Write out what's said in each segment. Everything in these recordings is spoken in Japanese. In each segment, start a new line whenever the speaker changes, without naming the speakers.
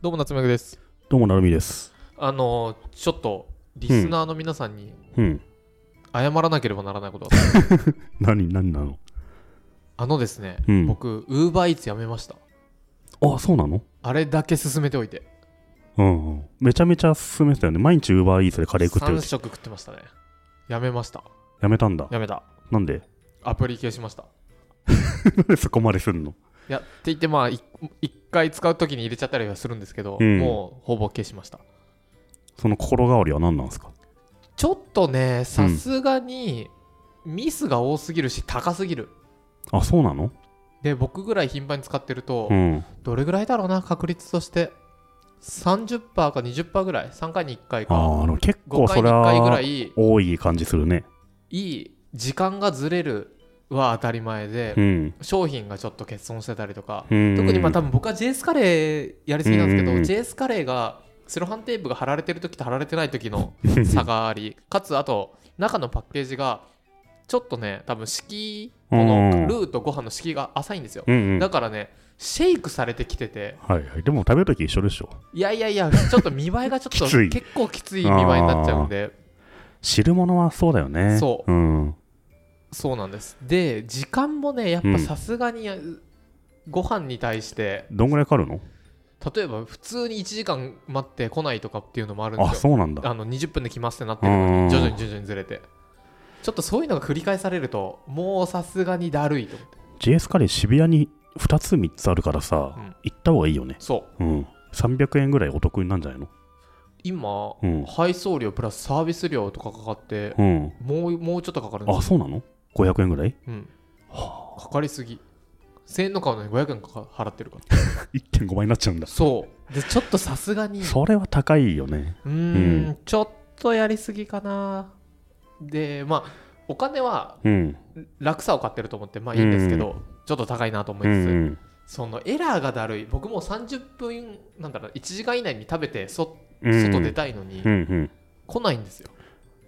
どうも夏目です。
どうもなるみです。
あのーちょっとリスナーの皆さんに
うん。
謝らなければならないことがあって、
何、何なの
あのですね、
うん
僕ウーバーイーツやめました。
あ、そうなの
あれだけ進めておいて、
うんうん。めちゃめちゃ勧めてたよね。毎日ウーバーイーツでカレー食ってる
3
うち。
食食ってましたね。やめました。
やめたんだ。
やめた。
なんで
アプリ消しました。い
そこまですんの
やって言ってまあい一回使うときに入れちゃったりはするんですけど、
うん
もうほぼ消しました。
その心変わりは何なんですか
ちょっとねさすがにミスが多すぎるし高すぎる。
あ、そうなの
で僕ぐらい頻繁に使ってると、
うん。
どれぐらいだろうな確率として30%か20%ぐらい3回に1回
あー
か
あの、結
5
構
回
そ
に
れ
1回ぐら
はい多い感じするね。
いい時間がずれるは当たり前で、
うん。
商品がちょっと欠損してたりとか、
うん
特にまあ多分僕は JS カレーやりすぎなんですけど、
うんうんうん
JS カレーがセロハンテープが貼られてる時と貼られてない時 の差がありかつあと中のパッケージがちょっとね多分敷居こ
うん
のルーとご飯の敷居が浅いんですよ、
うんうん。は
だからねシェイクされてきてて
いはい。でも食べるとき一緒でしょ。
いやいやいや、ちょっと見栄えがちょっと
きつい
結構きつい見栄えになっちゃうんで、
汁物はそうだよね。。
そう
うん。
そうなんです。で、時間もね、やっぱ
うん
さすがに、ご飯に対して、
どんぐらいかかるの
例えば普通に1時間待って来ないとかっていうのもあるん
あ、
ですよ。
そうなん
あ
だ。
の20分で来ますってなってるの
うん
に、徐々に徐々にずれて。ちょっとそういうのが繰り返されると、もうさすがにだるいと思って。
JS カレー渋谷に2つ3つあるからさ
うん、
行った方がいいよね。
そう。
うん。300円ぐらいお得になんじゃないの
今、
うん。
配送料プラスサービス料とかかかって、
うん。
もうもうちょっとかかるんですよ
あ、そうなの ?500 円ぐら い
うん、かかりすぎ1000円の買うのに500円かか払ってるから
?1.5 倍になっちゃうんだ。
そうでちょっとさすがにう
それは高いよね。
ーん
うん
ちょっとやりすぎかなでまあお金は
うん。
楽さを買ってると思ってまあいいんですけど、ちょっと高いなと思いつつ、
うん
そのエラーがだるい僕もう30分なんだろう1時間以内に食べてそ
うん
外出たいのに
うんうん。
来ないんですよ、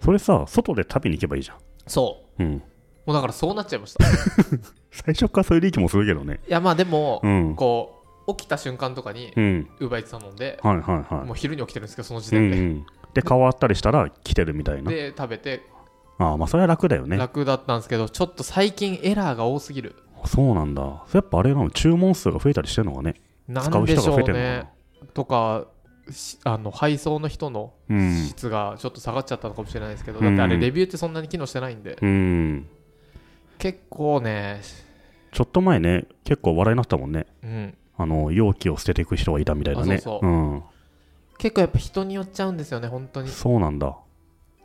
それさ、外で食べに行けばいいじゃん。
そう
うん。
もうだからそうなっちゃいました い
最初からそういう利益もするけどね。
やまあでも、
うん。
こう起きた瞬間とかに
うん。
ウーバーイーツ頼んで、
はいはいは
もう昼に起きてるんですけどその時
い。う
点
ん
で、
うん。で、変わったりしたら来てるみたいな。
で食べて
ああ、まあそれは楽だよね。
楽だったんですけど、ちょっと最近エラーが多すぎる
そうなんだ。それやっぱあれなの、注文数が増えたりしてるのがね、
な
使
ん
う
で
人
し
が
ょ
増
う
えてるの
ね
か
とかしあの配送の人の
な。うん。
質がちょっと下がっちゃったのかもしれないですけど、
うん
だってあれレビューってそんなに機能してないんで、
うん。
結構ね
ちょっと前ね、結構話題になったもんね。
うん
あの、容器を捨てていく人がいたみたいなね。
あそうそ
うん。
結構やっぱ人によっちゃうんですよね本当に
そうなんだ。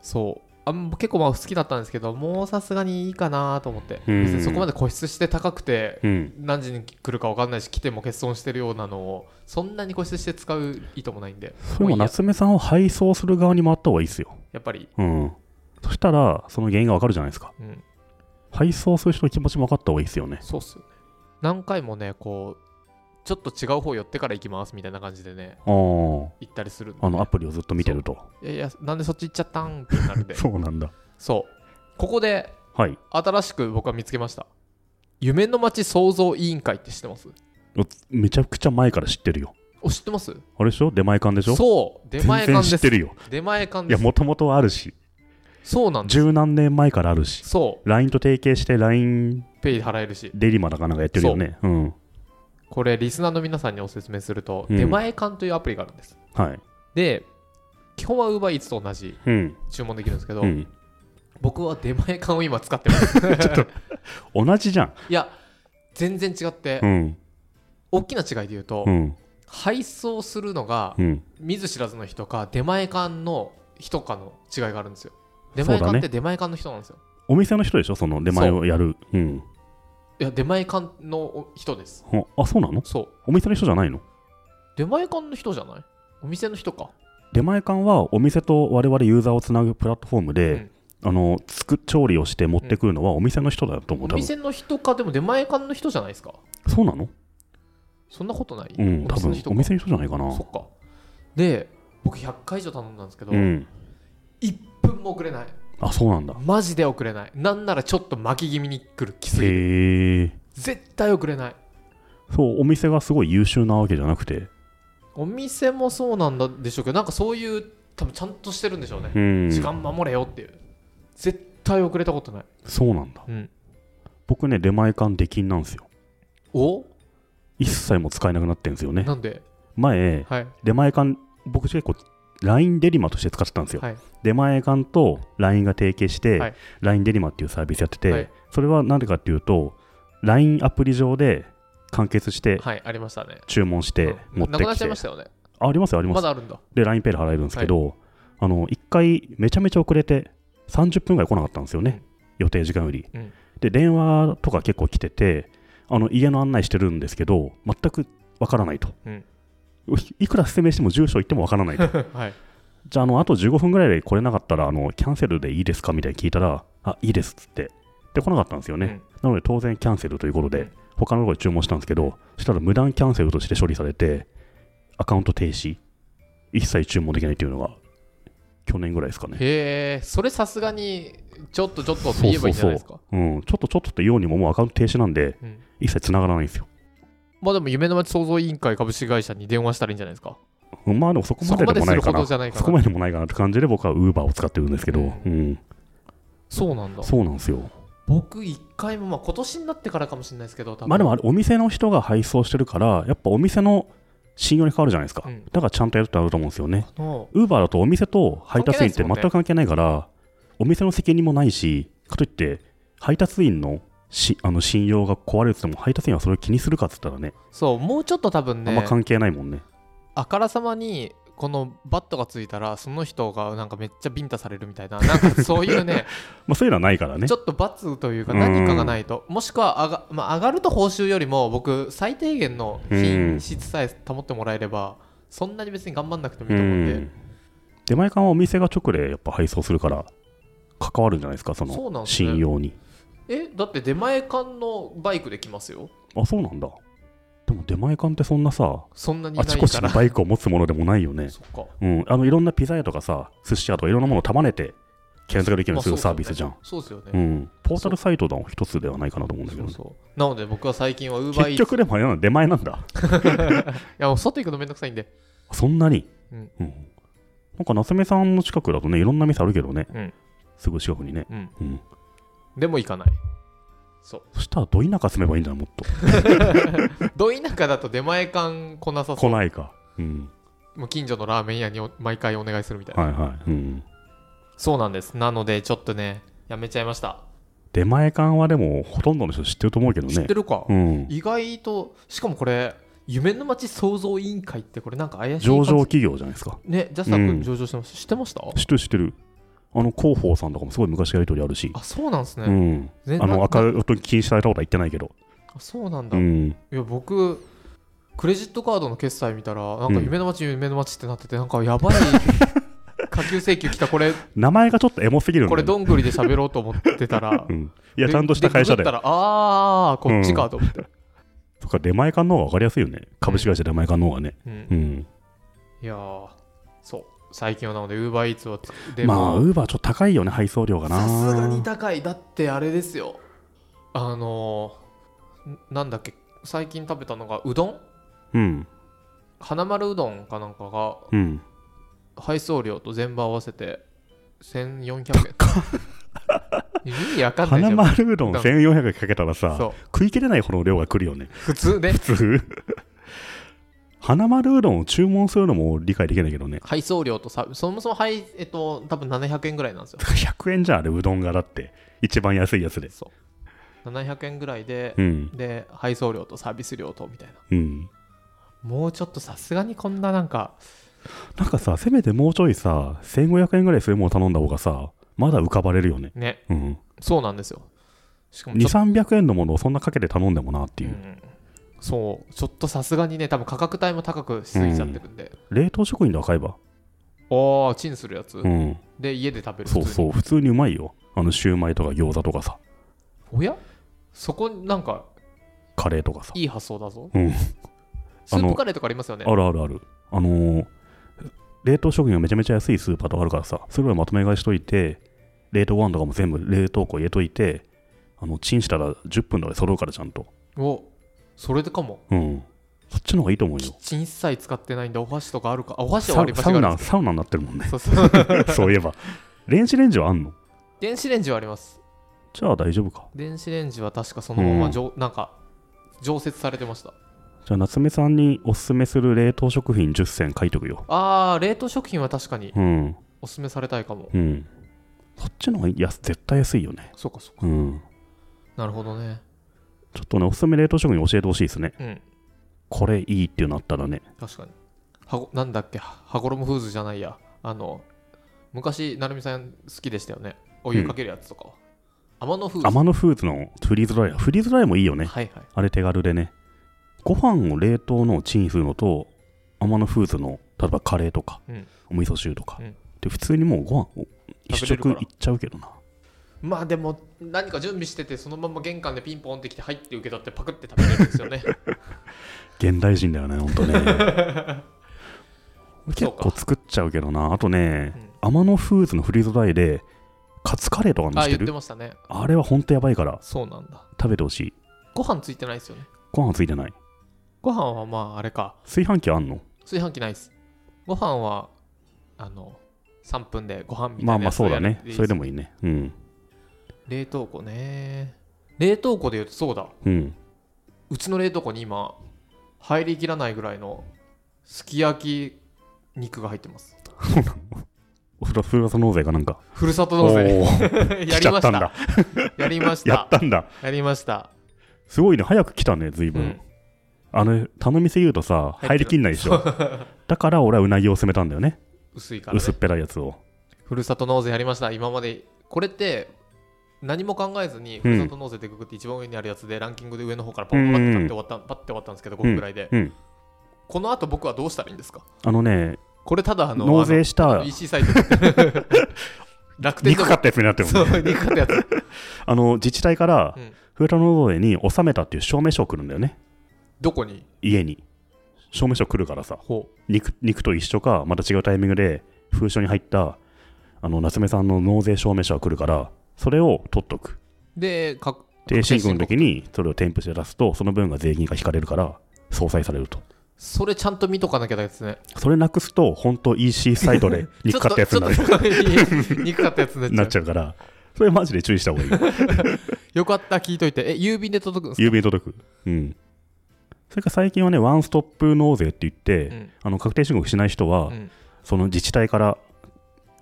そうあん結構まあ好きだったんですけどもうさすがにいいかなと思って、
うん
別にそこまで固執して高くて
うん。
何時に来るか分かんないし来ても欠損してるようなのをそんなに固執して使う意図もないんでも
それ
うい
も
いや
夏目さんを配送する側に回った方がいいですよ。
やっぱり、
うん。そしたら、その原因がわかるじゃないですか。
うん、
配送する人の気持ちも分かった方がいいですよね。
そうっすよね何回もねこうちょっと違う方寄ってから行きますみたいな感じでね
ああ。
行ったりするんで
あのアプリをずっと見てると。
いやいやなんでそっち行っちゃったんってなるんで
そうなんだ。
そうここで
はい。
新しく僕は見つけました夢の街創造委員会って知ってます
おめちゃくちゃ前から知ってるよ。
お知ってます
あれでしょ出前館でしょ
そう出前
全然
館
知
で
って
す
るよ。
出前館
い
で
や、
す
もともとはあるし、
そうなんです
十何年前からあるし、
そ
LINE と提携して LINE
うペイ払えるし
デリマだかなんかやってるよね。うん。
これリスナーの皆さんにお説明すると、
うん
出前館というアプリがあるんです
はい。
で基本は UberEats と同じ
うん。
注文できるんですけど、
うん、
僕は出前館を今使ってます
同じじゃん。
いや全然違って、
うん。
大きな違いで言うと、
うん。
配送するのが
うん。
見ず知らずの人か出前館の人かの違いがあるんですよ出
そ
前
うだ
館
ね
って出前館の人なんですよ、
お店の人でしょその出前をやる。うん。
いや出前館の人です
ほあ、そうなの
そう
お店の人じゃないの
出前館の人じゃないお店の人か
出前館はお店と我々ユーザーをつなぐプラットフォームで、あのつく調理をして持ってくるのはお店の人だと思
お
う、多分
店の人かでも出前館の人じゃないですか
そうなの
そんなことない、
うん
お
多
店の
分
人
お
か
店の人じゃないかな
そっかで僕100回以上頼んだんですけど、
うん
1分も遅れない
あそうなんだ
マジで遅れないなんならちょっと巻き気味に来るきすぎる
へえ
絶対遅れない
そうお店がすごい優秀なわけじゃなくて
お店もそうなんだでしょうけどなんかそういう多分ちゃんとしてるんでしょうね、
うん、
時間守れよっていう絶対遅れたことない、
そうなんだ
うん、
僕ね出前館出禁なんですよ
お
一切も使えなくなってるんですよね
なんで
前
はい
出前館僕結構 LINE デリマとして使ってたんですよ、
はい
出前館と LINE が提携して、
はい
LINE デリマっていうサービスやってて、
はい
それはなんでかっていうと LINE アプリ上で完結して
はいありましたね
注文して
うん
持って
なくなっ
き
ち
て、
ゃいましたよね
あありますよあります
まだあるんだ
で LINEPay で払えるんですけど、あの1回めちゃめちゃ遅れて30分ぐらい来なかったんですよね、予定時間より、
うん
で電話とか結構来ててあの家の案内してるんですけど全くわからないと、
うん
いいくら説明しても住所言ってもわからないと
はい
じゃああのあと15分ぐらいで来れなかったらあのキャンセルでいいですかみたいに聞いたらあいいですっつってで来なかったんですよね、なので当然キャンセルということで、
うん
他のところに注文したんですけどそしたら無断キャンセルとして処理されてアカウント停止一切注文できないというのが去年ぐらいですかね、
へえそれさすがにちょっとちょっとって言えばいいんじゃないですか
うん、ちょっとちょっとってようにももうアカウント停止なんで
うん
一切繋がらないんですよ
まあでも夢の街創造委員会株式会社に電話したらいいんじゃないですか
うんまあでもそこ
そ
ま
こ
で
まで
でも
す
ない
る
か
こ
な
とじゃない
そ
か
こ
な
まででもないかなって感じで僕は Uber を使ってるんですけど、うん
そうなんだ
そうなんですよ
僕一回もまあ今年になってからかもしれないですけど多分
まあでもあれお店の人が配送してるからやっぱお店の信用に変わるじゃないですか、
うん
だからちゃんとやるってあると思うんですよね
あの
ウーバーだとお店と配達員って全く関係ないから、お店の責任もないし、かといって、配達員のしあの信用が壊れてても、配達員はそれを気にするかっつったらね、
そうもうちょっと多分
あんま
ね
関係ないもんね。
あからさまにこのバットがついたらその人がなんかめっちゃビンタされるみたいななんかそういうね
まあ、そういうのはないから ね
ち。ょっと罰というか何かがないともしくは上が,、まあ、上がると報酬よりも僕最低限の
うん
品質さえ保ってもらえればそんなに別に頑張んなくてもいいと思うんで、
うん出前館はお店が直でやっぱ配送するから、関わるんじゃないですか、その
そうなんですね
信用に。
えだって出前館のバイクで来ますよ
あ、そうなんだ。でも出前館ってそんなさ、
そんなにい
あ
な
ち
い
こち
か
に
ら
バイクを持つものでもないよね。
そっか
うん、あのいろんなピザ屋とかさ、寿司屋とかいろんなものを束ねて、検索できるようにするサービスじゃん。
そうですよね、
うん、ポータルサイトの一つではないかなと思うんだ
そ
けど
う
ね、
そうなので僕は最近はウーバーイ
結
ーツい
局でもあれなの出前なんだ
やもう外行くのめんどくさいんで
そんなに、
うん
なんか夏目さんの近くだとねいろんな店あるけどね、
うん
すぐ近くにね、
うん
うん、
でも行かないそう
そしたらど田舎住めばいいんだよもっと
ど田舎だと出前館来なさそ
来
う
ないか、うん、
もう近所のラーメン屋にお毎回お願いするみたいな、
はいはい、うん、
そうなんですなのでちょっとねやめちゃいました、
出前館はでもほとんどの人知ってると思うけど
知っ
ね
てるか、
うん、
意外としかもこれ夢の町創造委員会ってこれなんか怪しい
上
感じ
場企業じゃないですか
ねジャスダッ
うん
ク上場してました、知ってました
知ってる知ってるあの広報さんとかもすごい昔やり取りあるし
あそうなんですね、
うん、
全
あの
な
アカウントに禁止されたことは言ってないけど、
あそうなん
う
だ、い
ん、
や僕クレジットカードの決済見たらなんか夢の町、夢の町ってなっててなんかや ばい下級請求来たこれ
名前がちょっとエモすぎるんだ
こ
よね
れどんぐりで喋ろうと思ってたら
うん、いやちゃんとした会社
でグ
で
グったらああこっちかと思って、
とか出前館の方が分かりやすいよね株式会社出前館の方がね
うん
うん、
いやーそう最近はなのでウーバーイーツはつで
まあ
も
ウーバーちょっと高いよね配送料がな
さすがに高いだってあれですよあのーんなんだっけ最近食べたのがうどん
うん
花丸うどんかなんかが
うん
配送料と全部合わせて1400円意味わかんないじゃ
花
ん
丸うどん1400円かけたらさ
そう
食い切れないほどの量が来るよね
普通ね
普通花丸うどんを注文するのも理解できないけどね
配送料とさそもそもはいえっと多分700円ぐらいなんですよ
100円じゃんあれうどんがだって一番安いやつで
そう700円ぐらいで、
うん
で配送料とサービス料とみたいな
うん
もうちょっとさすがにこんななんか
なんかさせめてもうちょいさ1500円ぐらいするもの頼んだ方がさまだ浮かばれるよね
ね
うん
そうなんですよしかもちょっと、
2300円のものをそんなかけて頼んでもなっていうう、
んそうちょっとさすがにね多分価格帯も高くしすぎちゃってるんで、
冷凍食品では買えば、
おーチンするやつ、
うん、
で家で食べる
そう
う
そう普通にうまいよあのシューマイとか餃子とかさ
おやそこなんか
カレーとかさ
いい発想だぞ、
うん
スープカレーとかありますよね
あるあるあるあのー冷凍食品がめちゃめちゃ安いスーパーとかあるからさそれらまとめ買いしといて冷凍ご飯とかも全部冷凍庫入れといてあのチンしたら10分とかで揃うからちゃんと
おそれでかも
うんそっちの方がいいと思う
キ
よ
ッチン一切使ってないんでお箸とかあるかあお箸は
サ
割
ウ
り
サ
箸
ウ
があ
ナ
る
サウナになってるもんね
そうそう
そういえば電子レンジはあんの
電子レンジはあります
じゃあ大丈夫か
電子レンジは確かそのままじょ、なんか常設されてました
じゃあ夏目さんにおすすめする冷凍食品10選書いとくよ
あー冷凍食品は確かに
うん
おすすめされたいかも
うんそっちの方がいいいや絶対安いよね
そうかそうか
うん
なるほどね
ちょっとねおすすめ冷凍食品教えてほしいですね
うん
これいいっていうのあったらね
確かにはごなんだっけはごろもフーズじゃないやあの昔成美さん好きでしたよねお湯かけるやつとかは、天野フーズ
天野フーズのフリーズドライヤーフリーズドライヤーもいいよね
はいはい
あれ手軽でねご飯を冷凍のチンするのと天野フーズの例えばカレーとか、
うん
お味噌汁とか、
うん
で普通にもうご飯を一
食べれるか
食い
ら
っちゃうけどな
まあでも何か準備しててそのまま玄関でピンポンってきて入って受け取ってパクって食べれるんですよね
現代人だよねほんとね
そ
結
うか
構作っちゃうけどなあとね
うん、
天野フーズのフリーズドライヤーでカツカレーとかの
あ
して
言って
る
ましたね
あれはほんとやばいから
そうなんだ
食べてほしい
ご飯ついてないですよね
ご飯ついてない
ご飯はまああれか
炊飯器あんの
炊飯器ないですご飯はあの3分でご飯みたいな
まあまあ
やつ
そ
を
う
や
だ
る
ねそれでもいいねうん
冷凍庫ね冷凍庫で言うとそうだ
うん
うちの冷凍庫に今入りきらないぐらいのすき焼き肉が入ってます
ふるさと納税かなんか
ふるさと
お
納
お
税
ー
や
来ち
り
ゃ
ま
った
し
ん
た
だ
やりまし
やったたんだ
やりました
すごいね、早く来たね、ずいうぶん
ん。
あの、頼みすぎると
入っ
さ、
てる
入りきんないでしょ。だから俺はうなぎを攻めたんだよね。
薄いからね
薄っぺらいやつを。
ふるさと納税やりました今までこれって何も考えずにふるさと納税ってググって一番上にあるやつでランキングで上の方からパッパッパッって終わったパッて終わったんですけど5分ぐらいで
うん。
この後僕はどうしたらいいんですか
あのね、
これただあの
納税し
あの
た
EC サイトで 楽天で
憎
も
かったやつになってるもんね。
そう憎かったやつ
あの、自治体から
うん、
ふるさと納税に納めたっていう証明書を送るんだよね。
どこに
家に。証明書来るからさ、
ほう
肉肉と一緒か、また違うタイミングで、封書に入った、あの、夏目さんの納税証明書が来るから、それを取っとく。
でか
で、申告の時に、それを添付して出すと、その分が税金が引かれるから、相殺されると。
それちゃんと見とかなきゃだけですね
それなくすと、本当 EC サイ トで憎かったやつになる
ちょっとちょっと高い憎かったやつにな
な
っちゃ
っちゃうから、それマジで注意した方が いいよ。
うよかった聞いといてえ郵便で届くんです
郵便届く。うん。それから最近はね、ワンストップ納税って言って、
かうん
あの確定申告しない人は、
うん
その自治体から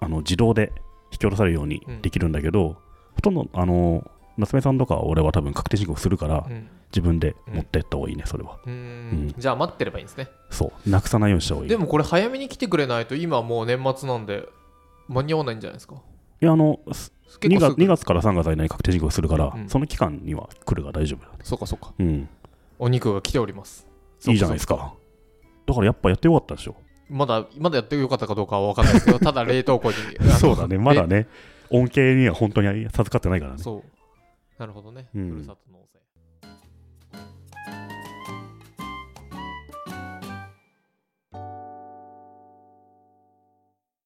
あの自動で引き下ろされるようにできるんだけど、ほとんど、あの、夏目さんとか俺は多分確定申告するから、
うん
自分で持ってった方がいいね、それは。
うー
うん
んじゃあ待ってればいいんですね
そう、なくさないようにした方がいい。
でもこれ早めに来てくれないと今もう年末なんで間に合わないんじゃないですか
いや、あの、
結
2
構す
月
ぐ
2月から3月の間に確定申告するから、
うん
その期間には来るが大丈夫だね。
そうかそうか
うん。
お肉が来ております
いいじゃないですすか。だからやっぱやってよかったでしょ。
まだまだやってよかったかどうかは分かんないですけどただ冷凍庫にあの
そうだね、まだね、恩恵には本当に授かってないからね。
そうなるほどね、
うん
ふるさと納税